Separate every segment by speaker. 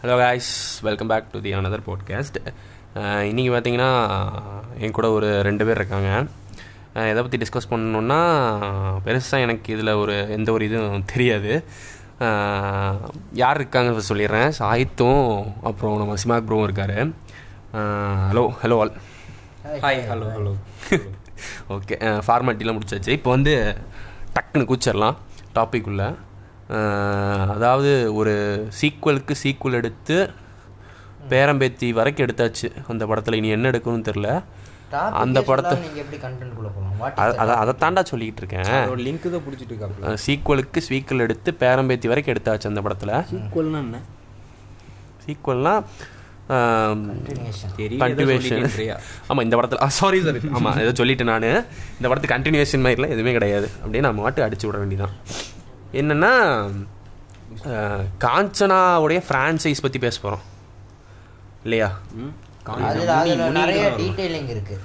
Speaker 1: Hello guys welcome back to the another podcast இன்றைக்கி Uh, பார்த்தீங்கன்னா என் கூட ஒரு ரெண்டு பேர் இருக்காங்க அஹ் எதை பற்றி டிஸ்கஸ் பண்ணணுன்னா பெருசாக எனக்கு இதில் ஒரு எந்த ஒரு இதுவும் தெரியாது அஹ் யார் இருக்காங்க சொல்லிடுறேன் சாகித்தும் அப்புறம் நம்ம சிமாக் ப்ரோவும் Uh, இருக்கார் hello hello all
Speaker 2: hi hello hello
Speaker 1: okay ஃபார்மாலிட்டிலாம் uh, முடிச்சாச்சு இப்போ வந்து டக்குன்னு கூச்சிடலாம் டாபிக் உள்ள அஹ், அதாவது ஒரு சீக்குவலுக்கு சீக்குவல் எடுத்து பேரம்பேத்தி வரைக்கும் எடுத்தாச்சு அந்த படத்தில் இனி என்ன எடுக்கணும்னு தெரில அந்த படத்தை
Speaker 2: நீங்க எப்படி கண்டென்ட் குள்ள போலாம் வாட்
Speaker 1: அத- அத- அதை தாண்டா சொல்லிக்கிட்டு இருக்கேன்
Speaker 3: ஒரு லிங்க் தான் பிடிச்சிட்டு இருக்காப்ல
Speaker 1: சீக்குவலுக்கு சீக்குவல் எடுத்து பேரம்பேத்தி வரைக்கும் எடுத்தாச்சு அந்த படத்தில்
Speaker 3: சீக்குவல்னா என்ன
Speaker 1: சீக்குவல்னால்
Speaker 2: கண்டினியூஷன்
Speaker 1: கண்டினியூஷன் ஆமாம் இந்த படத்தில் சாரி சாரி ஆமாம் ஏதோ சொல்லிட்டேன் நான் இந்த படத்து கண்டினியூஷன் மாதிரிலாம் எதுவுமே கிடையாது அப்படியே நம்ம மாட்டு அடிச்சு விட வேண்டியதான் என்னென்னா காஞ்சனாவுடைய ஃப்ரான்ச்சைஸ் பற்றி பேச போகிறோம் இல்லையா
Speaker 2: அதுல அதுல நிறைய டீடைலிங் இருக்கு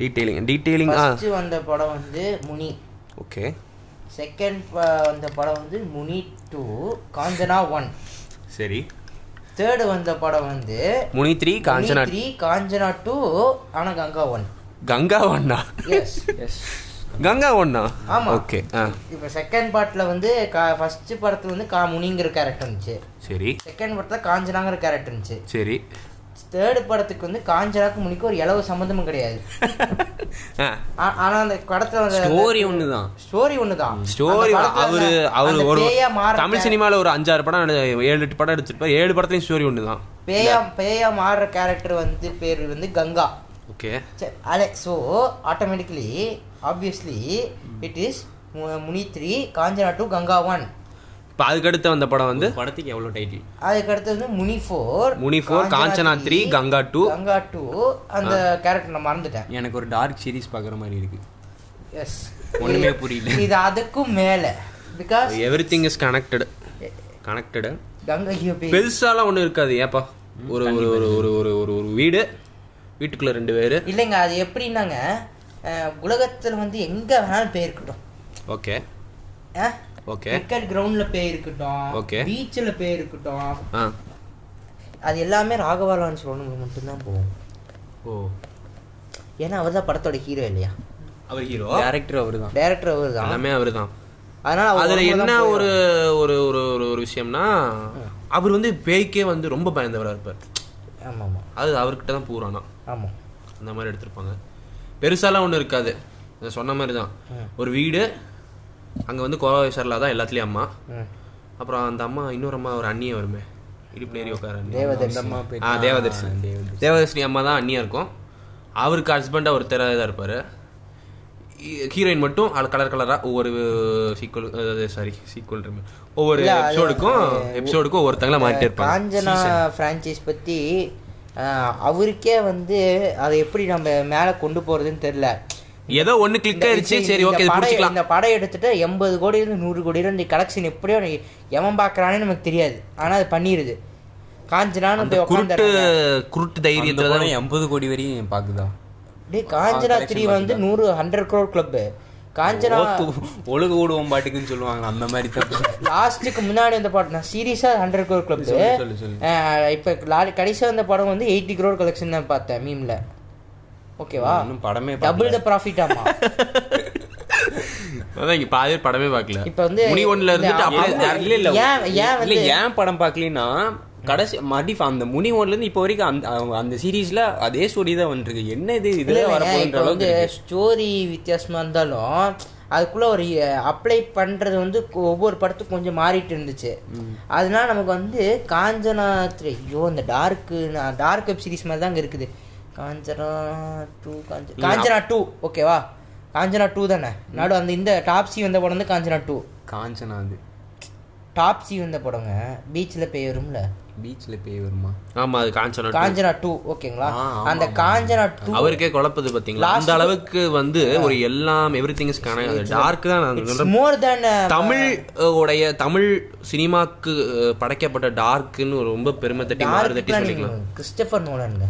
Speaker 1: டீட்டெயிலிங் டீட்டெயிலிங் ஆ
Speaker 2: ஃபர்ஸ்ட் வந்த படம் வந்து முனி
Speaker 1: ஓகே
Speaker 2: செகண்ட் வந்த படம் வந்து முனி 2 காஞ்சனா 1
Speaker 1: சரி
Speaker 2: தேர்ட் வந்த படம் வந்து
Speaker 1: முனி த்ரீ காஞ்சனா
Speaker 2: காஞ்சனா 3 காஞ்சனா 2 ஆனா கங்கா 1
Speaker 1: கங்கா ஒன்னா
Speaker 2: எஸ்
Speaker 1: கங்கா ஒன்னா
Speaker 2: ஆமா.
Speaker 1: ஓகே ஆ
Speaker 2: இப்போ செகண்ட் பார்ட்ல வந்து ஃபர்ஸ்ட் படத்துல வந்து கா முனிங்கிற கேரக்டர் இருந்துச்சு
Speaker 1: சரி
Speaker 2: செகண்ட் படத்துல காஞ்சனாங்கிற கேரக்டர் இருந்துச்சு
Speaker 1: சரி
Speaker 2: தேர்டு படத்துக்கு வந்து காஞ்சனாக்கு முனிக்கு ஒரு இலவு சம்மந்தமும் கிடையாது
Speaker 1: ஆ
Speaker 2: ஆ- ஆனா அந்த படத்துல வந்து
Speaker 3: ஸ்டோரி ஒண்ணுதான்
Speaker 2: ஸ்டோரி ஒண்ணுதான்
Speaker 1: ஸ்டோரி
Speaker 2: அந்த படத்துல
Speaker 1: அவரு
Speaker 2: அந்த-
Speaker 1: அவரு
Speaker 2: அந்த
Speaker 1: ஒரு
Speaker 2: பேயா மாற
Speaker 1: தமிழ் சினிமாவில் ஒரு அஞ்சாறு படம் எடு- ஏழு எட்டு படம் எடுத்துருப்பார் ஏழு படத்துலையும் ஸ்டோரி ஒன்று தான்
Speaker 2: பேயா பேயா மாறுற கேரக்டர் வந்து பேர் வந்து கங்கா
Speaker 1: ஓகே
Speaker 2: சரி, அலே so automatically obviously it is Muni three Kanchana two Ganga one
Speaker 1: இப்போ அதுக்கடுத்து வந்த படம் வந்து
Speaker 3: படத்துக்கு எவ்வளவு டைட்டில்
Speaker 2: அதுக்கு அடுத்து வந்து Muni four
Speaker 1: Muni four, Kanchana three, Ganga two.
Speaker 2: Ganga two அந்த கேரக்டர் நான் மறந்துட்டேன்
Speaker 3: எனக்கு ஒரு டார்க் சீரிஸ் பாக்குற மாதிரி இருக்கு
Speaker 2: எஸ்
Speaker 3: ஒண்ணுமே புரியல.
Speaker 2: இது அதுக்கும் மேல because
Speaker 1: everything is connected connected
Speaker 2: Ganga ஐயோ, பே-
Speaker 1: பெருசாலாம் ஒன்றும் இருக்காது ஏப்பா ஒரு ஒரு ஒரு ஒரு ஒரு ஒரு ஒரு வீடு வீட்டுக்குள்ள ரெண்டு பேர்
Speaker 2: இல்லைங்க அது எப்படின்னாங்க உலகத்தில் வந்து எங்கே வேணாலும் பேய் இருக்கட்டும்
Speaker 1: ஓகே
Speaker 2: அஹ்?
Speaker 1: ஓகே
Speaker 2: கிரிக்கெட் கிரவுண்டில் பேய் இருக்கட்டும்
Speaker 1: Okay.
Speaker 2: பீச்சில் பேய் இருக்கட்டும்
Speaker 1: ஆ
Speaker 2: அது எல்லாமே ராகவாலான்னு சொல்லணுங்க மட்டும்தான் போகும்
Speaker 3: ஓ
Speaker 2: ஏன்னா அவர் தான் படத்தோட ஹீரோ இல்லையா
Speaker 1: அவர் ஹீரோ
Speaker 3: டைரக்டர் அவரு தான்
Speaker 2: டைரக்டர் அவர் தான்
Speaker 1: எல்லாமே அவர் தான்
Speaker 2: அதனால அவர்
Speaker 1: அதுல
Speaker 2: ரொம்ப
Speaker 1: என்ன
Speaker 2: தான் போய்
Speaker 1: ஒரு ஒரு ஒரு ஒரு ஒரு விஷயம்னா அவர் வந்து பேய்க்கே வந்து ரொம்ப பயந்தவராக இருப்பார்
Speaker 2: ஆமாம் ஆமாம்
Speaker 1: அது அவர்கிட்ட தான் பூரானா
Speaker 2: ஆமாம்
Speaker 1: அந்த மாதிரி எடுத்திருப்பாங்க பெருசாலாம் ஒன்றும் இருக்காது இதை சொன்ன மாதிரி தான் ஒரு வீடு அங்கே வந்து கோவை சரலா தான் எல்லாத்துலேயும் அம்மா
Speaker 2: ம்
Speaker 1: அப்புறம் அந்த அம்மா இன்னொரு அம்மா ஒரு அண்ணியை வருமே இடுப்பு நேரி உட்கார அண்ணி.
Speaker 3: அம்மா
Speaker 1: ஆ தேவதர்சி தேவதர்ஷினி அம்மா தான் அண்ணியாக இருக்கும் அவருக்கு ஹஸ்பண்டாக ஒரு தெர இதாக இருப்பார் ஹீரோயின் மட்டும் கலர் கலராக ஒவ்வொரு சீக்வல் சாரி சீக்வல் ஒவ்வொரு எபிசோடுக்கும் எபிசோடுக்கும் ஒவ்வொருத்தங்களா மாட்டிட்டே இருப்பாங்க
Speaker 2: காஞ்சனா ஃப்ரான்ச்சைஸ் பற்றி அவருக்கே வந்து அதை எப்படி நம்ம மேலே கொண்டு போகிறதுன்னு தெரில
Speaker 1: ஏதோ ஒன்று கிளிக் ஆயிடுச்சு சரி ஓகே இது
Speaker 2: படம்-
Speaker 1: பிடிச்சிக்கலாம்
Speaker 2: இந்த படம் எடுத்துட்டு எண்பது கோடியிலிருந்து நூறு கோடியில இந்த கலெக்ஷன் எப்படியோ எனக்கு எவன் பார்க்கறானே நமக்கு தெரியாது ஆனா அது பண்ணிடுது காஞ்சனான்னு போய்
Speaker 1: குருட்டு
Speaker 2: உட்காந்துறாங்க
Speaker 1: குருட்டு தைரியத்தில் தான்
Speaker 3: எண்பது கோடி வரையும் பாக்குதா
Speaker 2: டேய் காஞ்சனா த்ரீ வந்து நூறு ஹண்ட்ரட் க்ரோர் கிளப் காஞ்சனா
Speaker 3: ஒழுகு ஓடுவோம் பாட்டுக்குன்னு சொல்லுவாங்க அந்த மாதிரி தான்
Speaker 2: லாஸ்ட்டுக்கு முன்னாடி வந்த படம் நான் சீரியஸாக ஹண்ட்ரட் க்ரோர் கிளப்
Speaker 3: சொல்லு, சொல்லு.
Speaker 2: இப்போ கடைசியாக வந்த படம் வந்து எயிட்டி க்ரோர் கலெக்ஷன் தான் பார்த்தேன் மீம்ல ஓகேவா
Speaker 3: இன்னும் படமே
Speaker 2: டபுள் த ப்ராஃபிட் ஆமா
Speaker 1: அதான் இங்க பாதி பேர் படமே பார்க்கல
Speaker 2: இப்ப வந்து
Speaker 1: முனி ஒன்ல இருந்துட்டு
Speaker 2: இந்த
Speaker 1: அப்படியே
Speaker 2: அவங்க-
Speaker 1: நேரா-
Speaker 3: இல்ல இல்ல
Speaker 2: ஏன்- ஏன்
Speaker 3: இல்ல
Speaker 2: வந்து-
Speaker 3: ஏன் படம் பார்க்கலன்னா கடைசி மறுபடியும் அந்த முனி ஒன்ல இருந்து இப்போ வரைக்கும் அந்த அவங்க அந்த சீரீஸ்ல அதே ஸ்டோரி தான் வந்துருக்கு என்ன இது
Speaker 2: இல்ல,
Speaker 3: இதுல
Speaker 2: இல்லைங்க,
Speaker 3: வரப்போன்ற
Speaker 2: இப்போ வந்து
Speaker 3: அளவுக்கு இருக்கு.
Speaker 2: ஸ்டோரி வித்தியாசமா இருந்தாலும் அதுக்குள்ள ஒரு அப்ளை பண்றது வந்து கொ- ஒவ்வொரு படத்துக்கும் கொஞ்சம் மாறிட்டு இருந்துச்சு அதனால நமக்கு வந்து காஞ்சனா three- ஐயோ இந்த டார்க்கு டார்க் வெப் சீரிஸ் மாதிரி தாங்க இருக்குது காஞ்சனா டூ காஞ்சனா டூ ஓகேவா காஞ்சனா டூ தானே நடு அந்த இந்த டாப்ஸி வந்த படம் வந்து காஞ்சனா டூ
Speaker 3: காஞ்சனா அது
Speaker 2: டாப்ஸி வந்த படங்க பீச்சில் பேய் வரும்ல
Speaker 3: பீச்ல பேய் வருமா
Speaker 1: ஆமா அது காஞ்சனா
Speaker 2: காஞ்சனா டூ ஓகேங்களா
Speaker 3: ஆ, ஆமா,
Speaker 2: அந்த காஞ்சனா டூ
Speaker 1: அவருக்கே குழப்பது பாத்தீங்களா அந்த அளவுக்கு வந்து ஒரு எல்லாம் எவ்ரி திங் இஸ் டார்க் தான் நான் சொல்றேன்.
Speaker 2: மோர் தேன்
Speaker 1: தமிழ் அஹ், உடைய தமிழ் சினிமாக்கு அஹ், படைக்கப்பட்ட டார்க்குன்னு ஒரு ரொம்ப பெருமை தட்டி மாறு தட்டி சொல்லிக்கலாம்
Speaker 2: கிறிஸ்டபர் நோலனுங்க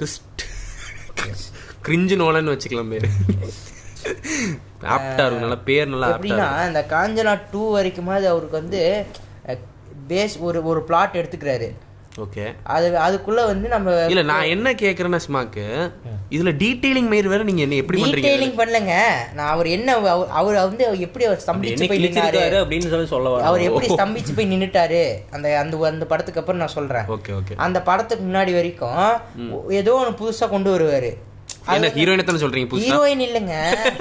Speaker 1: கிறிஸ்ட் கிரிஞ்சு நோலன்னு வச்சுக்கலாம் பேரு ஆப்டா இருக்கும் நல்லா பேர் நல்லா ஆப்டா
Speaker 2: எப்படின்னா இந்த காஞ்சனா டூ வரைக்குமாவது அவருக்கு வந்து பேஸ் ஒரு ஒரு பிளாட் எடுத்துக்கிறாரு
Speaker 1: ஓகே
Speaker 2: அது அதுக்குள்ள வந்து நம்ம
Speaker 1: இல்ல நான் என்ன கேக்குறேன்னா ஸ்மாக்கு இதுல டீடைலிங் மாரி வேற நீங்க என்ன எப்படி பண்றீங்க
Speaker 2: டீடைலிங் பண்ணலங்க நான் அவர் என்ன அவர் அவர் வந்து எப்படி அவர்
Speaker 3: என்ன
Speaker 2: ஸ்தம்பிச்சு போய் நின்னாரு
Speaker 3: கிழிச்சிருக்காரு அப்படின்னு சொல்லி சொல்ல வர
Speaker 2: அவர் எப்படி ஸ்தம்பிச்சு போய் நின்னுட்டாரு அந்த அந்த அந்த படத்துக்கு அப்புறம் நான் சொல்றேன்
Speaker 1: ஓகே ஓகே
Speaker 2: அந்த படத்துக்கு முன்னாடி வரைக்கும் ஏதோ ஒன்று புதுசா கொண்டு வருவாரு
Speaker 1: என்ன ஹீரோயினத்தான சொல்றீங்க புதுசா
Speaker 2: ஹீரோயின் இல்லைங்க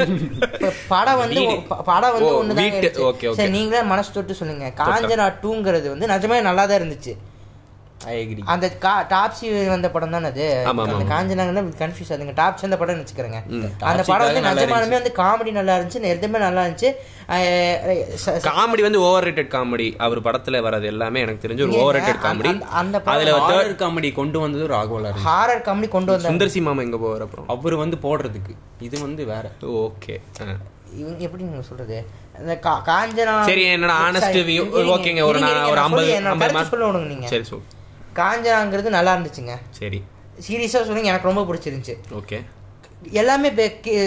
Speaker 2: இப்ப படம் வந்து
Speaker 1: வீடு.
Speaker 2: ப- படம் வந்து
Speaker 1: ஓ,
Speaker 2: ஒண்ணுதான்
Speaker 1: வீட்டு. Okay,
Speaker 2: இருந்துச்சு.
Speaker 1: okay.
Speaker 2: சரி நீங்களே மனசு தொட்டு சொல்லுங்க காஞ்சனா டூங்கிறது வந்து நிஜமே நல்லா தான் இருந்துச்சு
Speaker 3: ஐ எக்ரி
Speaker 2: அந்த டாப்ஸி வந்த படம் தானே அது
Speaker 1: ஆமா, ஆமா,
Speaker 2: அந்த
Speaker 1: ஆமா.
Speaker 2: காஞ்சனாங்கன்னா கன்ஃபியூஸ் ஆகுதுங்க டாப்ஸி அந்த படம் வச்சுக்கிறேங்க
Speaker 1: ம்,
Speaker 2: அந்த
Speaker 3: Topsy
Speaker 2: படம் வந்து
Speaker 3: நல்லா
Speaker 2: நிஜமானுமே வந்து காமெடி நல்லா இருந்துச்சு நிறுத்தமே நல்லா இருந்துச்சு அஹ், ச- ச-
Speaker 1: காமெடி வந்து ஓவர் ரேட்டட் காமெடி அவர் படத்துல வரது எல்லாமே எனக்கு தெரிஞ்ச ஒரு
Speaker 2: இல்லைங்க,
Speaker 1: ஓவர் ரேட்டட்
Speaker 2: அந்த-
Speaker 1: காமெடி
Speaker 2: அந்த- அந்த படம்
Speaker 1: அதுல வந்து
Speaker 3: ஹாரர் காமெடி கொண்டு வந்தது ராகவலா
Speaker 2: ஹாரர் காமெடி கொண்டு வந்தாங்க
Speaker 1: சுந்தர் சி மாமா எங்க போவார் அப்புறம்
Speaker 3: அவர் வந்து போடுறதுக்கு இது வந்து வேற
Speaker 1: ஓகே
Speaker 2: இவங்க எப்படி நீங்க சொல்றது இந்த கா- காஞ்சனா
Speaker 1: சரி, என்னோட honest
Speaker 2: சரி,
Speaker 1: view.
Speaker 2: இருங்க,
Speaker 1: ஓகேங்க, ஒரு
Speaker 2: இருங்க,
Speaker 1: நான்
Speaker 2: இருங்க,
Speaker 1: ஒரு
Speaker 2: நான்
Speaker 1: ஐம்பது-
Speaker 2: சொல்லி- நான்
Speaker 1: ஐம்பது
Speaker 2: கருத்து
Speaker 1: mark.
Speaker 2: சொல்ல விடுங்க நீங்க
Speaker 1: சரி சோ
Speaker 2: காஞ்சனாங்கிறது நல்லா இருந்துச்சுங்க
Speaker 1: சரி
Speaker 2: சீரியஸாக சொல்லுங்க எனக்கு ரொம்ப பிடிச்சிருந்துச்சு
Speaker 1: ஓகே
Speaker 2: எல்லாமே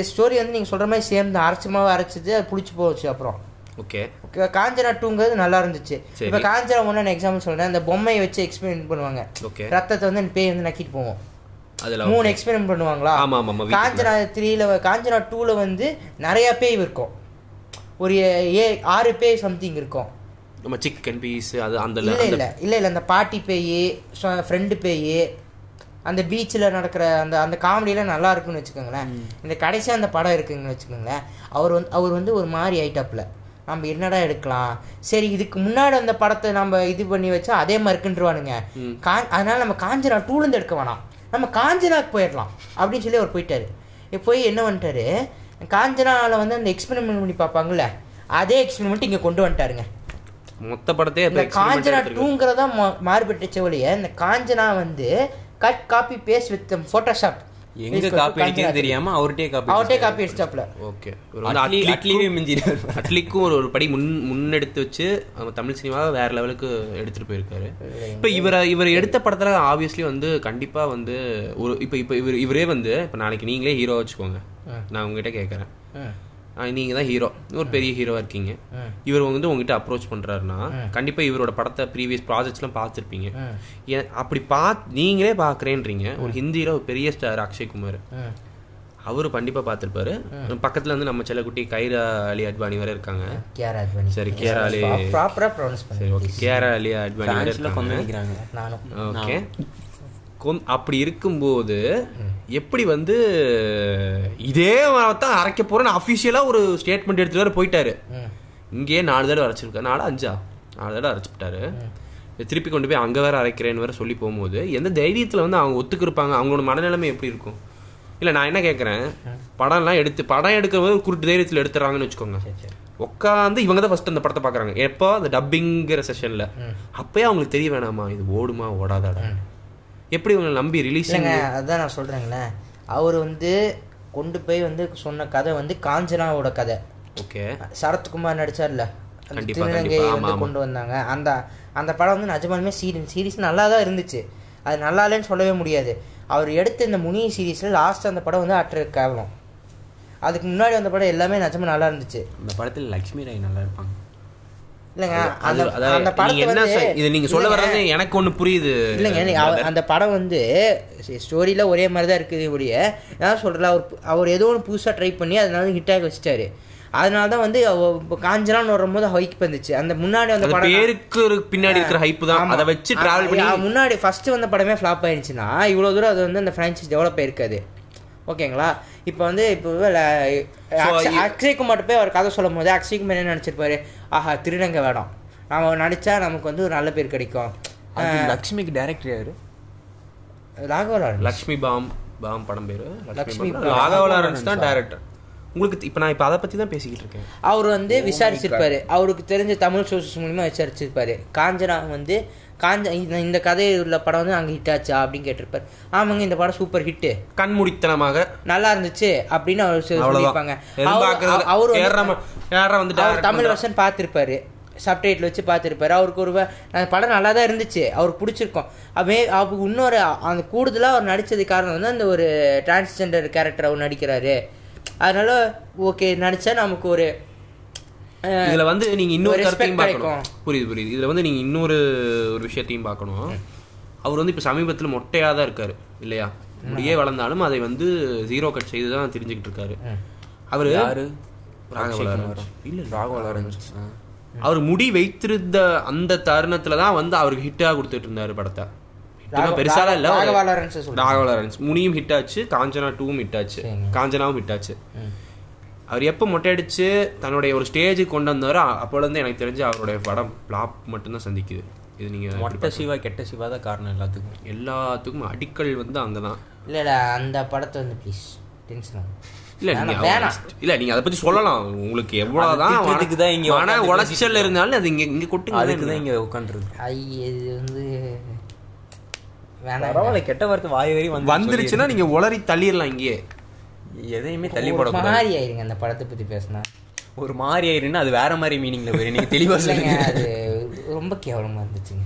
Speaker 2: ஸ்டோரி வந்து நீங்கள் சொல்கிற மாதிரி சேம் தான் அரைச்சமாவே அரைச்சிது அது புளிச்சு போச்சு அப்புறம்
Speaker 1: ஓகே
Speaker 2: Okay, காஞ்சனா டூங்கிறது நல்லா இருந்துச்சு
Speaker 1: சரி.
Speaker 2: இப்போ காஞ்சனா ஒன்று நான் எக்ஸாம்பிள் சொல்கிறேன் அந்த பொம்மையை வச்சு எக்ஸ்பிளைன் பண்ணுவாங்க
Speaker 1: ஓகே
Speaker 2: ரத்தத்தை வந்து பேய் வந்து நக்கிட்டு போவோம்
Speaker 1: அதுல
Speaker 2: மூணு எக்ஸ்பிளைன் பண்ணுவாங்களா
Speaker 1: ஆமா ஆமா ஆமா வீட்டுக்குள்ள.
Speaker 2: காஞ்சனா த்ரீல காஞ்சனா டூல வந்து நிறைய பேய் இருக்கும் ஒரு ஏ ஆறு பேய் சம்திங் இருக்கும்
Speaker 1: நம்ம சிக்கன் பீஸ் அது அந்த
Speaker 2: இல்ல
Speaker 1: அந்த-
Speaker 2: இல்ல இல்ல இல்ல அந்த பாட்டி பேய் ஃப்ரெண்டு பேய் அந்த பீச்சில் நடக்கிற அந்த அந்த காமெடியெல்லாம் நல்லா இருக்குன்னு வச்சுக்கோங்களேன் இந்த கடைசியாக அந்த படம் இருக்குங்கன்னு வச்சுக்கோங்களேன் அவர் வந்து அவர் வந்து ஒரு மாதிரி ஐட்டாப்பில் நம்ம என்னடா எடுக்கலாம் சரி இதுக்கு முன்னாடி அந்த படத்தை நம்ம இது பண்ணி வச்சா அதே மாதிரி இருக்குன்றவானுங்க கான் அதனால நம்ம காஞ்சனா டூலேருந்து எடுக்க வேணாம் நம்ம காஞ்சனாக்கு போயிடலாம் அப்படின்னு சொல்லி அவர் போயிட்டாரு இ- போய் என்ன பண்ணிட்டாரு காஞ்சனாவில் வந்து அந்த எக்ஸ்பெரிமெண்ட் பண்ணி பார்ப்பாங்கல்ல அதே எக்ஸ்பெரிமெண்ட் இங்கே கொண்டு வந்துட்டாருங்க
Speaker 1: மொத்த படத்தையே
Speaker 2: இந்த
Speaker 1: அப்ப experiment
Speaker 2: காஞ்சனா
Speaker 1: எடுத்திருக்கு.
Speaker 2: டூங்கிறதா மாறுபட்டுச்சு ஒழிய இந்த காஞ்சனா வந்து cut copy paste with Photoshop
Speaker 3: எங்க காப்பி அடிக்கிறது தெரியாம அவர்கிட்டயே
Speaker 2: அவட்டே
Speaker 3: காப்பி
Speaker 2: காப்பி அடிச்சாப்ல
Speaker 1: ஓகே
Speaker 3: அட்லியே மிஞ்சினார்
Speaker 1: அட்லிக்கும் ஒரு ஒரு படி முன் முன்னெடுத்து வச்சு நம்ம தமிழ் சினிமாவை வேற லெவலுக்கு எடுத்துட்டு போயிருக்காரு இப்போ இவரை இவர் எடுத்த படத்துல ஆப்வியஸ்லி வந்து கண்டிப்பா வந்து ஒரு இப்போ இப்போ இவர் இவரே வந்து இப்போ நாளைக்கு நீங்களே ஹீரோ வச்சுக்கோங்க நான் உங்ககிட்ட கேட்குறேன் நீங்க தான் ஹீரோ ஒரு பெரிய ஹீரோவா இருக்கீங்க
Speaker 2: ம்.
Speaker 1: இவர் வந்து உங்ககிட்ட அப்ரோச் பண்றாருன்னா கண்டிப்பா இவரோட படத்தை ப்ரீவியஸ் ப்ராஜெக்ட்ஸ்லாம் பார்த்துருப்பீங்க
Speaker 2: ம்.
Speaker 1: ஏன் அப்படி பா நீங்களே பார்க்குறேன்றீங்க ஒரு ஹிந்தியில ஒரு பெரிய ஸ்டார் அக்ஷய்குமார்
Speaker 2: ம்.
Speaker 1: அவரு கண்டிப்பா பார்த்துருப்பாரு பக்கத்துல வந்து நம்ம செல்லக்குட்டி கைரா அலி அட்வானி வர இருக்காங்க
Speaker 2: கேர் ஆட் பண்ணி
Speaker 1: சரி, கேர் ஆலி.
Speaker 2: ப்ராப்பரா ப்ரொனவுன்ஸ்
Speaker 1: சரி
Speaker 2: பண்ணி
Speaker 1: ஓகே கேரா அலி அட்வானி வர
Speaker 3: பிரான்ச்ல
Speaker 1: இருக்காங்க
Speaker 3: கொண்டு நினைக்கிறாங்க
Speaker 2: நானும்
Speaker 1: ஓகே கொந்- அப்படி இருக்கும்போது எப்படி வந்து இதே தான் அரைக்க போறேன்னு அஃபிஷியலா ஒரு ஸ்டேட்மெண்ட் எடுத்துட்டு வேற போயிட்டாரு
Speaker 2: ம்.
Speaker 1: இங்கேயே நாலு தடவை அரைச்சிருக்காரு நாலு அஞ்சா நாலு தடவை அரைச்சிட்டாரு திருப்பி கொண்டு போய் அங்க வேற அரைக்கிறேன்னு வேற சொல்லி போகும்போது எந்த தைரியத்துல வந்து அவங்க ஒத்துக்கிருப்பாங்க அவங்களோட மனநிலைமை எப்படி இருக்கும் இல்ல நான் என்ன கேக்குறேன் படம்லாம் எடுத்து படம் எடுக்கிற போது குருட்டு தைரியத்துல எடுத்துறாங்கன்னு வச்சுக்கோங்க உட்காந்து இவங்க தான் ஃபர்ஸ்ட் அந்த படத்தை பார்க்கறாங்க எப்போ அந்த டப்பிங்கிற செஷன்ல அப்பயே அவங்களுக்கு தெரிய வேணாமா இது ஓடுமா ஓடாதாடா எப்படி இவங்களை நம்பி ரிலீஸ்
Speaker 2: இல்லைங்க அதான் நான் சொல்றேங்களே அவர் வந்து கொண்டு போய் வந்து சொன்ன கதை வந்து காஞ்சனாவோட கதை
Speaker 1: ஓகே
Speaker 2: சரத்குமார் நடிச்சார்ல அந்த
Speaker 1: கண்டிப்பா,
Speaker 2: திருநங்கை
Speaker 1: கண்டிப்பா. ஆமா,
Speaker 2: வந்து
Speaker 1: ஆமா.
Speaker 2: கொண்டு வந்தாங்க அந்த அந்த படம் வந்து நிஜமாலுமே சீரியஸ் சீரிஸ் நல்லா தான் இருந்துச்சு அது நல்லா இல்லைன்னு சொல்லவே முடியாது அவர் எடுத்த இந்த முனி சீரீஸில் லாஸ்ட் அந்த படம் வந்து அற்ற கேவலம் அதுக்கு முன்னாடி அந்த படம் எல்லாமே நிஜமா நல்லா இருந்துச்சு
Speaker 3: அந்த படத்துல லக்ஷ்மி ராய் நல்லா இருப்பாங்க
Speaker 2: இல்லைங்க அந்த
Speaker 1: அது- அதாவது
Speaker 2: அந்த
Speaker 1: நீங்க
Speaker 2: படத்தை
Speaker 1: என்ன
Speaker 2: வந்து
Speaker 1: சொ- இது நீங்க சொல்ல
Speaker 2: இல்லைங்க,
Speaker 1: வர்றது எனக்கு ஒண்ணு புரியுது
Speaker 2: இல்லைங்க நீ- அவ- அந்த படம் வந்து ஸ்டோரியில் ஒரே மாதிரி தான் இருக்குது ஒழிய நான் சொல்கிறல அவர் பு- அவர் ஏதோ ஒன்று புதுசாக ட்ரை பண்ணி அதனால ஹிட் ஆக வச்சிட்டாரு அதனால தான் வந்து அவ- இப்ப காஞ்சனான்னு வரும்போது ஹைக் வந்துச்சு அந்த முன்னாடி அந்த
Speaker 1: அந்த
Speaker 2: படம் நான்-
Speaker 1: பேருக்கு ஒரு பின்னாடி இருக்கிற ஹைப் தான்
Speaker 2: ஆமா.
Speaker 1: அதை வச்சு டிராவல்
Speaker 2: ஆ,
Speaker 1: பண்ணி
Speaker 2: ஆ, முன்னாடி ஃபர்ஸ்ட் வந்த படமே ஃப்ளாப் ஆயிருச்சுன்னா இவ்வளோ தூரம் அது வந்து அந்த ஃப்ரான்ச்சைஸ் டெவலப் ஆயிருக்காது ஓகேங்களா இப்போ வந்து இப்போ
Speaker 1: இ-
Speaker 2: அக்ஷய்குமார் போய் அவர் கதை சொல்லும் போது அக்ஷய்குமார் என்ன நினச்சிருப்பாரு ஆஹா திருநங்கை வேடம் நாம நடிச்சா நமக்கு வந்து ஒரு நல்ல பேர் கிடைக்கும்
Speaker 3: அது லக்ஷ்மிக்கு டைரக்டர் யாரு
Speaker 2: ராகவலா
Speaker 1: லக்ஷ்மி பாம் பாம் படம் பேரு லக்ஷ்மி
Speaker 2: லக்ஷ்மி
Speaker 1: பாம்
Speaker 2: பாம்.
Speaker 1: ராகவலாரன்ஸ் தான் டைரக்டர் உங்களுக்கு இப்போ நான் இப்போ அதை பத்தி தான் பேசிக்கிட்டு இருக்கேன்
Speaker 2: அவர்
Speaker 1: Oh
Speaker 2: வந்து விசாரிச்சிருப்பாரு அவருக்கு தெரிஞ்ச தமிழ் சோர்சஸ் மூலியமா விசாரிச்சிருப்பாரு காஞ்சனா வந்து காஞ்ச இந்த- இந்த கதையில் உள்ள படம் வந்து அங்கே ஹிட் ஆச்சா அப்படின்னு கேட்டிருப்பாரு ஆமாங்க இந்த படம் சூப்பர் ஹிட்டு
Speaker 1: கண்முடித்தனமாக
Speaker 2: நல்லா இருந்துச்சு அப்படின்னு அவர் சொ-
Speaker 1: அவ்வளவுதான்
Speaker 2: சொல்லியிருப்பாங்க
Speaker 1: எறும்பாக்குறதுல
Speaker 2: அவர் அவர் வந்து-
Speaker 1: ஏறாம- ஏறாம வந்து
Speaker 2: அவர்
Speaker 1: direct
Speaker 2: தமிழ்
Speaker 1: பண்றா.
Speaker 2: வருஷன் பார்த்துருப்பாரு சப்டைட்டில் வச்சு பார்த்துருப்பாரு அவருக்கு ஒரு வ- அந்த படம் நல்லா தான் இருந்துச்சு அவருக்கு பிடிச்சிருக்கும் அவே அவருக்கு இன்னொரு அந்த கூடுதலாக அவர் நடித்தது காரணம் வந்து அந்த ஒரு டிரான்ஸ்ஜெண்டர் கேரக்டர் அவர் நடிக்கிறாரு அதனால ஓகே நடிச்சா நமக்கு ஒரு
Speaker 1: இதுல வந்து நீங்க இன்னொரு
Speaker 2: ஒரு respect
Speaker 1: கருத்தையும் பார்க்கணும்
Speaker 2: கிடைக்கும்.
Speaker 1: புரியுது புரியுது இதுல வந்து நீங்க இன்னொரு ஒரு விஷயத்தையும் பார்க்கணும் அவர் வந்து இப்போ சமீபத்தில் மொட்டையாக தான் இருக்காரு இல்லையா முடியே வளர்ந்தாலும் அதை வந்து ஜீரோ கட் செய்து தான் தெரிஞ்சுக்கிட்டு இருக்காரு அவர்
Speaker 3: யாரு?
Speaker 1: இல்ல
Speaker 3: ராகவா லாரன்ஸ் ஆ.
Speaker 1: அவர் முடி வைத்திருந்த அந்த தருணத்துல தான் வந்து அவருக்கு ஹிட்டா கொடுத்துட்டு இருந்தாரு படத்தை ஹிட்னா
Speaker 2: ராக-
Speaker 1: பெருசாலாம் இல்ல
Speaker 2: ராகவா
Speaker 1: ஒரு-
Speaker 2: லாரன்ஸ் சொல்றேன்.
Speaker 1: ராகவா லாரன்ஸ் முனியும் ஹிட் ஆச்சு காஞ்சனா டூவும் ஹிட் ஆச்சு
Speaker 2: சரிங்க.
Speaker 1: காஞ்சனாவும் ஹிட் ஆச்சு
Speaker 2: ம்.
Speaker 1: அவர் எப்போ மொட்டையடிச்சு தன்னுடைய ஒரு ஸ்டேஜுக்கு கொண்டு வந்தாரோ அ- அப்போலேருந்து எனக்கு தெரிஞ்சு அவருடைய படம் பிளாப் மட்டும்தான் சந்திக்குது இது நீங்கள்
Speaker 3: மொட்டை சிவா கெட்ட சிவா தான் காரணம் எல்லாத்துக்கும்
Speaker 1: எல்லாத்துக்கும் அடிக்கல் வந்து அங்கே தான்
Speaker 2: இல்ல இல்ல அந்த படத்தை வந்து ப்ளீஸ் டென்ஷன் ஆகும்
Speaker 1: இல்ல
Speaker 2: வேணாம்,
Speaker 1: நீங்க
Speaker 2: வேணாம்.
Speaker 1: அவ- இல்ல நீங்க அதை பத்தி சொல்லலாம் உங்களுக்கு எவ்வளவுதான்
Speaker 3: அது திட்டுறதுக்கு தான் இங்க
Speaker 1: மன- மன
Speaker 3: உட்கார்ந்து
Speaker 1: உளைச்சல் இருந்தாலும் அது இங்க இங்க
Speaker 3: அதுக்கு தான்
Speaker 1: கொட்டுங்க
Speaker 3: இங்க உட்காந்துருக்கு
Speaker 2: ஐ இது வந்து வேணாம்
Speaker 3: பரவாயில்ல கெட்ட வார்த்தை வாய் வரி வந்து
Speaker 1: வந்துருச்சுன்னா நீங்க உளறி தள்ளிடலாம் இங்கேயே
Speaker 3: சொல்லி- எதையுமே தள்ளி
Speaker 2: ஒரு
Speaker 3: போடக்கூடாது
Speaker 2: மாதிரி ஆயிருங்க அந்த படத்தை பத்தி பேசினா
Speaker 3: ஒரு மாதிரி ஆயிருன்னா அது வேற மாதிரி மீனிங்ல போயிரு நீங்க தெளிவா
Speaker 2: இல்லைங்க
Speaker 3: சொல்லுங்க
Speaker 2: அது ரொம்ப கேவலமா இருந்துச்சுங்க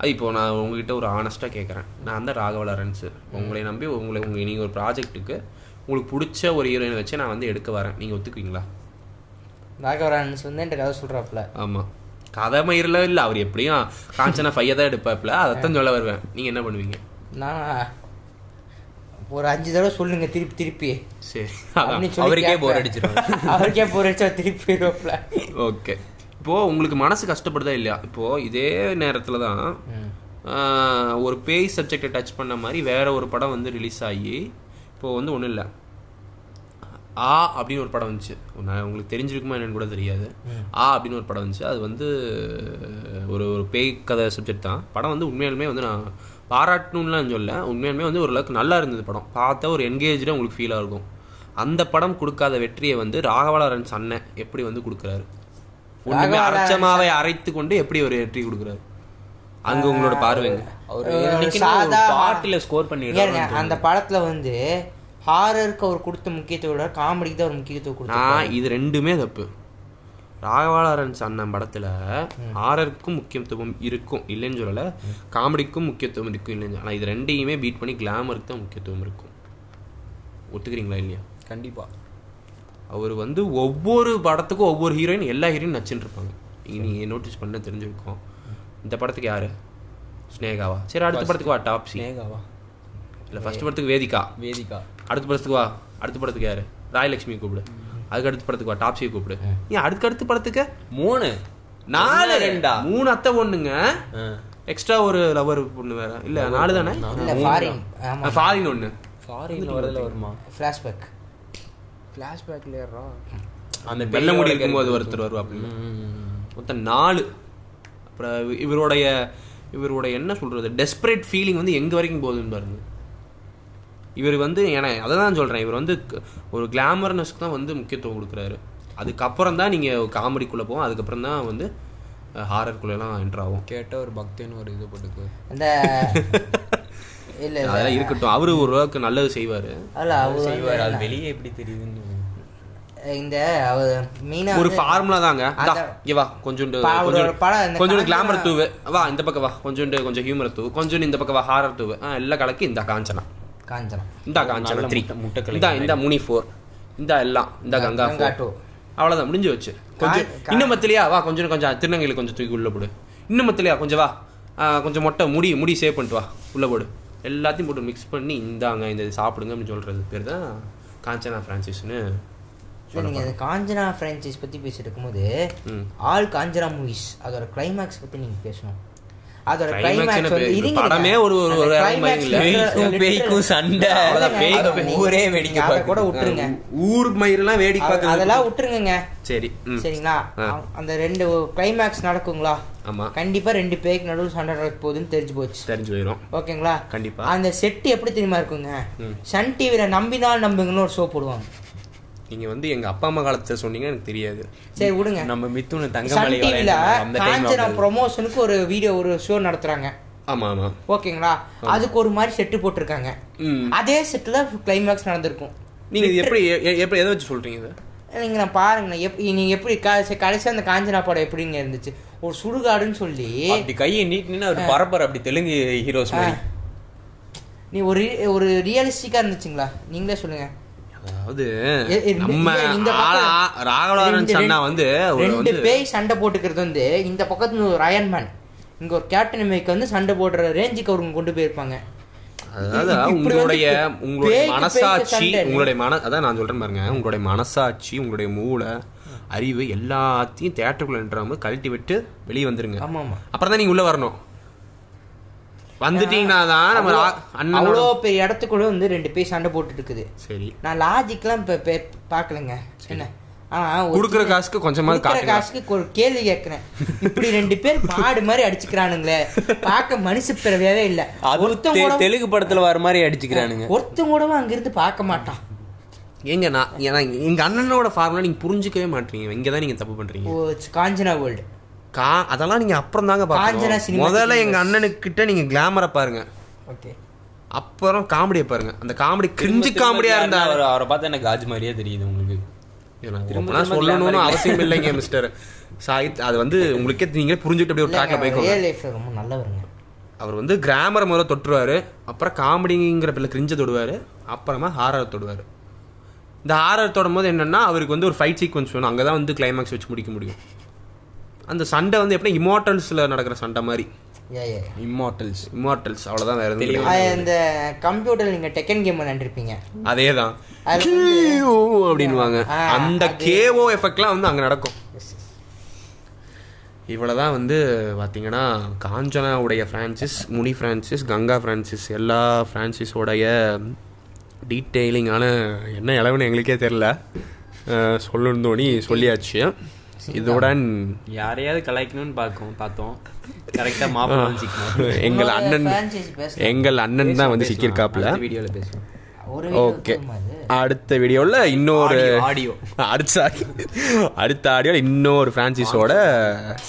Speaker 1: அது இப்போ நான் உங்ககிட்ட ஒரு ஆனஸ்டா கேக்குறேன் நான் தான் ராகவ லாரன்ஸ் உங்களை நம்பி உங்களை உங்க நீங்க ஒரு ப்ராஜெக்ட்டுக்கு உங்களுக்கு பிடிச்ச ஒரு ஹீரோயின் வச்சு நான் வந்து எடுக்க வரேன் நீங்க ஒத்துக்குவீங்களா
Speaker 2: ராகவரான்ஸ் வந்து என்கிட்ட கதை சொல்றாப்ல
Speaker 1: ஆமா கதை மயிரில் இல்லை அவர் எப்படியும் காஞ்சனா ஃபையை தான் எடுப்பாப்ல அதைத்தான் சொல்ல வருவேன் நீங்க என்ன பண்ணுவீங்க
Speaker 2: நான் ஒரு அஞ்சு தடவை சொல்லுங்க திருப்பி திருப்பி
Speaker 1: சரி
Speaker 2: அப்படின்னு சொல்லி
Speaker 3: அவருக்கே bore
Speaker 2: கேட்பேன்.
Speaker 3: அடிச்சிரும்.
Speaker 2: அவருக்கே போர் அடிச்சா திருப்பி போயிடுவாப்ல
Speaker 1: ஓகே இப்போ உங்களுக்கு மனசு கஷ்டப்படுதா இல்லையா இப்போ இதே நேரத்துல தான் ஒரு பேய் சப்ஜெக்டை டச் பண்ண மாதிரி வேற ஒரு படம் வந்து ரிலீஸ் ஆகி இப்போ வந்து ஒன்றும் இல்லை ஆ அப்படின்னு ஒரு படம் வந்துச்சு நான் உங்களுக்கு தெரிஞ்சிருக்குமா என்னன்னு கூட தெரியாது ஆ அப்படின்னு ஒரு படம் வந்துச்சு அது வந்து ஒரு ஒரு பேய் கதை சப்ஜெக்ட் தான் படம் வந்து உண்மையாலுமே வந்து நான் பாராட்டணும்லாம் சொல்ல உண்மையாலுமே வந்து ஓரளவுக்கு நல்லா இருந்தது படம் பார்த்தா ஒரு என்கேஜாக உங்களுக்கு ஃபீலாக இருக்கும் அந்த படம் கொடுக்காத வெற்றியை வந்து ராகவாளரன் அண்ணன் எப்படி வந்து கொடுக்குறாரு உண்மையுமே
Speaker 2: ராகவா
Speaker 1: அரைச்சமாவை அரைத்து கொண்டு எப்படி ஒரு வெற்றி கொடுக்குறாரு அங்க உங்களோட பார்வைங்க
Speaker 3: அவரு
Speaker 2: ஒரு
Speaker 3: என்னைக்குமே ஒரு
Speaker 2: சாதா-
Speaker 3: பாட்டுல score பண்ணிடுறாருன்னு
Speaker 2: இங்க இருங்க, அந்த படத்துல வந்து ஹாரருக்கு அவர் கொடுத்த முக்கியத்துவம் விட காமெடிக்கு தான் ஒரு முக்கியத்துவம் கொடுத்தாரு
Speaker 1: நான் இது ரெண்டுமே தப்பு ராகவாளரன் அண்ணன் படத்துல ஆரருக்கும் முக்கியத்துவம் இருக்கும் இல்லைன்னு சொல்லல காமெடிக்கும் முக்கியத்துவம் இருக்கும் இல்லைன்னு சொல்லல. ஆனா இது ரெண்டையுமே பீட் பண்ணி கிளாமருக்கு தான் முக்கியத்துவம் இருக்கும் ஒத்துக்கிறீங்களா இல்லையா
Speaker 3: கண்டிப்பா
Speaker 1: அவர் வந்து ஒவ்வொரு படத்துக்கும் ஒவ்வொரு ஹீரோயின் எல்லா ஹீரோயின் நச்சுன்னு இருப்பாங்க இங்கே நீங்கள் நோட்டீஸ் பண்ண தெரிஞ்சிருக்கோம் இந்த படத்துக்கு யாரு ஸ்னேகாவா சரி அடுத்த படத்துக்கு வா டாப்ஸி
Speaker 3: ஸ்னேகாவா
Speaker 1: இல்லை ஃபர்ஸ்ட் படத்துக்கு வேதிகா
Speaker 3: வேதிகா
Speaker 1: அடுத்த படத்துக்கு வா அடுத்த படத்துக்கு யாரு ராயலட்சுமி கூப்பிடு அதுக்கு அடுத்த படத்துக்கு வா டாப்ஸியை கூப்பிடு ஏன் அடுத்த அடுத்த படத்துக்கு
Speaker 3: மூணு
Speaker 1: நாலு
Speaker 3: என்ன ரெண்டா?
Speaker 1: மூணு அத்தை பொண்ணுங்க எக்ஸ்ட்ரா ஒரு லவர் பொண்ணு வேற இல்லை நாலு தானே
Speaker 2: இல்ல ஃபாரின் ஆமா
Speaker 1: ஃபாரின் ஒன்று
Speaker 3: ஃபாரின்ல வரதுல வருமா
Speaker 2: ஃபிளாஷ்பேக்
Speaker 3: ஃபிளாஷ்பேக்ல ஏறா அந்த
Speaker 1: வெள்ளை முடி இருக்கும்போது ஒருத்தர் வருவாப்புல மொத்தம் நாலு அப்புறம் இவ- இவருடைய இவருடைய என்ன சொல்றது டெஸ்பரேட் ஃபீலிங் வந்து எங்க வரைக்கும் போகுதுன்னு பாருங்க இவர் வந்து என அதை தான் சொல்றேன் இவர் வந்து க- ஒரு கிளாமர்னஸ்க்கு தான் வந்து முக்கியத்துவம் கொடுக்குறாரு அதுக்கப்புறம் தான் நீங்க காமெடிக்குள்ள போவோம் அதுக்கப்புறம் தான் வந்து ஹாரருக்குள்ள எல்லாம் என்ட்ரு ஆகும்
Speaker 3: கேட்ட ஒரு பக்தன் ஒரு இது போட்டுக்கு
Speaker 2: அந்த இல்ல இல்ல
Speaker 1: அதெல்லாம் இருக்கட்டும் அவரு ஒரு அளவுக்கு நல்லது செய்வாரு
Speaker 2: அல்ல அவர்
Speaker 3: செய்வார் அது வெளியே எப்படி தெரியுதுன்னு
Speaker 2: இந்த அவர் மீனா
Speaker 1: ஒரு
Speaker 2: வந்து-
Speaker 1: ஃபார்முலா தாங்க இந்தா,
Speaker 2: அந்த-
Speaker 1: இங்க வா கொஞ்சோண்டு
Speaker 2: பா- ஒரு- ஒரு படம்
Speaker 1: கொஞ்சோண்டு
Speaker 2: இந்த
Speaker 1: கொஞ்சோண்டு
Speaker 2: காஞ்சனா-
Speaker 1: கிளாமர் தூவு வா இந்த பக்கம் வா கொஞ்சோண்டு கொஞ்சம் ஹியூமர் தூவு கொஞ்சோண்டு இந்த பக்கம் வா ஹாரர் தூவு ஆ, எல்லாம் கலக்கி இந்த காஞ்சனா
Speaker 2: காஞ்சனம்
Speaker 1: இந்த காஞ்சனா
Speaker 3: நல்ல
Speaker 1: த்ரீ
Speaker 3: முட்டை- முட்டை கலக்கி
Speaker 1: இந்த இந்த முனி ஃபோர் இந்த எல்லாம் இந்த கங்கா
Speaker 2: கங்கா
Speaker 1: ஃபோர்
Speaker 2: two.
Speaker 1: அவ்வளோதான் முடிஞ்சு வச்சு கொஞ்சம்
Speaker 2: கா-
Speaker 1: இன்னும் மத்திலையா வா கொஞ்சம் கொஞ்சம் திருநங்கையில கொஞ்சம் தூக்கி உள்ள போடு இன்னும் மத்திலையா கொஞ்சம் வா ஆ, கொஞ்சம் மொட்டை முடி முடி சேவ் பண்ணிட்டு வா உள்ள போடு எல்லாத்தையும் போட்டு மிக்ஸ் பண்ணி இந்தாங்க இந்த இது சாப்பிடுங்க அப்படின்னு சொல்றது பேர் தான் காஞ்சனா ஃப்ரான்சிஸ்னு
Speaker 2: இல்ல, நீங்க இந்த காஞ்சனா ஃப்ரான்ச்சைஸ் பத்தி பேசிட்டு இருக்கும்போது
Speaker 1: ம்.
Speaker 2: ஆல் காஞ்சனா மூவிஸ் அதோட கிளைமேக்ஸ் பத்தி நீங்க பேசணும் அதோட
Speaker 1: Climax என்ன
Speaker 2: கிளைமேக்ஸ்
Speaker 1: பே-
Speaker 2: வந்து இருங்க
Speaker 1: படமே ஒரு- ஒரு-
Speaker 2: அந்த
Speaker 1: ஒரு அரை மணி
Speaker 2: climax
Speaker 1: இல்ல.
Speaker 2: literal-
Speaker 3: பேய்க்கும் பேய்க்கும் சண்டை
Speaker 1: அவ்வளவுதான்,
Speaker 2: இல்லைங்க,
Speaker 1: பேய்க்கும்
Speaker 2: அதை
Speaker 1: பேய்.
Speaker 3: ஊரே வெடிக்க
Speaker 2: அதை கூட
Speaker 3: பார்க்குது.
Speaker 2: விட்டுருங்க
Speaker 1: ஊர் மயிரெல்லாம் வேடிக்கை
Speaker 2: அது-
Speaker 1: பார்க்கறது
Speaker 2: அதெல்லாம் விட்டுருங்க
Speaker 1: சரி ம்
Speaker 2: சரிங்களா
Speaker 1: ஆ.
Speaker 2: அவ- அந்த ரெண்டு கிளைமேக்ஸ் நடக்குங்களா
Speaker 1: ஆமா
Speaker 2: கண்டிப்பா ரெண்டு பேருக்கு நடுவில் சண்டை நடக்க போகுதுன்னு தெரிஞ்சு போச்சு
Speaker 1: தெரிஞ்சு போயிடும்
Speaker 2: ஓகேங்களா
Speaker 1: கண்டிப்பா
Speaker 2: அந்த செட்டு எப்படி தெரியுமா இருக்குங்க சன் டிவில நம்பினால் நம்புங்கன்னு ஒரு ஷோ போடுவாங்க
Speaker 1: நீங்க வந்து எங்க அப்பா அம்மா காலத்துல சொன்னீங்க எனக்கு தெரியாது
Speaker 2: சரி விடுங்க
Speaker 3: நம்ம மித்துன
Speaker 2: சன்
Speaker 3: தங்கமலை
Speaker 2: டிவில
Speaker 3: வளையல் அந்த
Speaker 2: காஞ்சனா
Speaker 3: டைம்
Speaker 2: ப்ரொமோஷனுக்கு ஒரு வீடியோ ஒரு ஷோ நடத்துறாங்க
Speaker 1: ஆமா ஆமா
Speaker 2: ஓகேங்களா அதுக்கு ஒரு மாதிரி செட்டு போட்டிருக்காங்க
Speaker 1: ம்
Speaker 2: அதே செட்டுல கிளைமேக்ஸ் நடந்திருக்கும்
Speaker 1: நீங்க இது எப்படி எ- எ- எப்படி எதை வச்சு சொல்றீங்க இது
Speaker 2: நீங்க நான் பாருங்களேன் எப் நீங்க எப்படி க- கடைசியா அந்த காஞ்சனா படம் எப்படிங்க இருந்துச்சு ஒரு சுடுகாடுன்னு சொல்லி
Speaker 3: அப்படி கையை நீட்டினா ஒரு பரபர அப்படி தெலுங்கு ஹீரோஸ் மாதிரி
Speaker 2: நீ ஒரு ஒரு ரியலிஸ்டிக்கா இருந்துச்சுங்களா நீங்களே சொல்லுங்க
Speaker 1: அதாவது
Speaker 2: எ- எ-
Speaker 1: நம்ம
Speaker 2: இல்ல, இந்த பக்கம்
Speaker 1: ஆளா ராகவலாரன்
Speaker 2: ரெண்டு-
Speaker 1: அண்ணா வந்து ஒரு
Speaker 2: ரெண்டு
Speaker 1: வந்து
Speaker 2: பேய் சண்டை போட்டுக்கிறது வந்து இந்த பக்கத்துல ஒரு அயன்மேன் இங்கே ஒரு கேப்டன் அமெரிக்கா வந்து சண்டை போடுற ரேஞ்சுக்கு அவங்க கொண்டு போயிருப்பாங்க
Speaker 1: அதாவது
Speaker 2: இப்படி வந்து
Speaker 1: உங்களுடைய
Speaker 2: பே-
Speaker 1: உங்களுடைய
Speaker 2: பேய்க்கு பேய்க்கு
Speaker 1: மனசாட்சி
Speaker 2: சண்டை.
Speaker 1: உங்களுடைய மன அதான் நான் சொல்றேன் பாருங்க உங்களுடைய மனசாட்சி உங்களுடைய மூளை அறிவு எல்லாத்தையும் தேட்டருக்குள்ள நின்றாம கழட்டி விட்டு வெளியே வந்துருங்க
Speaker 2: ஆமா ஆமா
Speaker 1: அப்புறம் தான் நீங்க உள்ள வரணும் வந்துட்டீங்கன்னா தான் நம்ம ரா-
Speaker 2: அவ்வளோ
Speaker 1: அண்ணனோட
Speaker 2: பெரிய இடத்துக்குள்ள வந்து ரெண்டு பேர் சண்டை போட்டுட்டு இருக்குது
Speaker 1: சரி
Speaker 2: நான் லாஜிக்லாம் இப்போ பே பார்க்கலங்க என்ன ஆனால்
Speaker 1: கொடுக்குற காசுக்கு கொஞ்சமாவது
Speaker 2: கொடுக்குற
Speaker 1: காட்டுங்க.
Speaker 2: காசுக்கு ஒரு கேள்வி கேட்குறேன் இப்படி ரெண்டு பேர் மாடு மாதிரி அடிச்சுக்கிறானுங்களே பார்க்க மனுஷ பிறவியாவே இல்லை
Speaker 3: அது
Speaker 2: ஒருத்தன் கூட
Speaker 3: தெ- தெலுங்கு படத்துல வர மாதிரி அடிச்சுக்கிறானுங்க
Speaker 2: ஒருத்தன் கூடவும் அங்கிருந்து பார்க்க மாட்டான்
Speaker 1: ஏங்க நான் ஏன்னா எங்க அண்ணனோட ஃபார்முலா நீங்க புரிஞ்சுக்கவே மாட்டீங்க இங்க தான் நீங்க தப்பு பண்றீங்க
Speaker 2: ஓ it's காஞ்சனா வேர்ல்டு
Speaker 1: கா அதெல்லாம் நீங்க அப்புறம் தாங்க
Speaker 2: காஞ்சனா
Speaker 1: பாருங்க
Speaker 2: cinematic
Speaker 1: முதல்ல எங்க அண்ணனுக்கிட்ட நீங்க கிளாமரை பாருங்க
Speaker 2: ஓகே
Speaker 1: அப்புறம் காமெடியை பாருங்க அந்த காமெடி கிரிஞ்சு காமெடியா இருந்தா
Speaker 3: அவரை அவரை பார்த்தா எனக்கு காஜ் மாதிரியே தெரியுது உங்களுக்கு
Speaker 1: திரும்ப சொல்லணும்னு அவசியம் இல்லைங்க மிஸ்டர் சாகித் அது வந்து உங்களுக்கே நீங்களே புரிஞ்சுட்டு அப்படியே ஒரு ட்ராக்ல போய்க்கோங்க
Speaker 2: ரியல் லைஃப்ல ரொம்ப நல்லவருங்க
Speaker 1: அவர் வந்து கிராமர் முதல்ல தொட்டுருவாரு அப்புறம் காமெடிங்கிற பிள்ளை கிரிஞ்ச தொடுவாரு அப்புறமா ஹாரர் தொடுவாரு இந்த ஹாரர் தொடும்போது என்னன்னா அவருக்கு வந்து ஒரு ஃபைட் சீக்வன்ஸ் வேணும் அங்கே தான் வந்து கிளைமேக்ஸ் வச்சு முடிக்க முடியும் அந்த சண்டை வந்து எப்படி இமார்டல்ஸில் நடக்கிற சண்டை மாதிரி
Speaker 2: ஏ ஏ
Speaker 3: இம்மார்டல்ஸ்
Speaker 1: இமார்டல்ஸ் அவ்வளோதான் வேற எதுவும்
Speaker 2: அது இந்த கம்ப்யூட்டர் நீங்க டெக்கன் கேம் நின்றுருப்பீங்க
Speaker 1: அதே தான்
Speaker 2: அது வந்து-
Speaker 1: அப்படின்வாங்க
Speaker 2: ஆ,
Speaker 1: அந்த கேஓ எஃபெக்ட்லாம் வந்து அங்கே நடக்கும் இவ்வளோதான் வந்து பார்த்தீங்கன்னா காஞ்சனாவுடைய franchise Muni franchise Ganga franchise எல்லா ஃப்ரான்சிஸோடைய டீட்டெயிலிங்கான என்ன இளவுன்னு எங்களுக்கே தெரில சொல்லணுந்தோணி சொல்லியாச்சு இதுடன்
Speaker 3: யாரையாவது கலாய்க்கணும்னு பார்க்கும் பார்த்தோம் கரெக்டா மாப்பிள்ள வந்து சிக்கணும்
Speaker 1: எங்கள் அண்ணன்
Speaker 2: franchise பேசலாம்.
Speaker 1: எங்கள் அண்ணன் தான் வந்து சிக்கியிருக்காப்புல
Speaker 3: வீடியோல பேசுவோம்
Speaker 2: ஒரு
Speaker 1: ஓகே
Speaker 2: வீடியோ அது
Speaker 1: அடுத்த வீடியோவில் இன்னொரு
Speaker 3: Audio, audio.
Speaker 1: அடுத்த அடுத்த ஆடியோவில் இன்னொரு ஃப்ரான்சிஸோட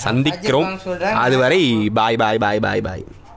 Speaker 1: சந்திக்கிறோம்
Speaker 2: Magic Bang சொல்றேன்.
Speaker 1: அதுவரை பாய் பாய் பாய் பாய் பாய்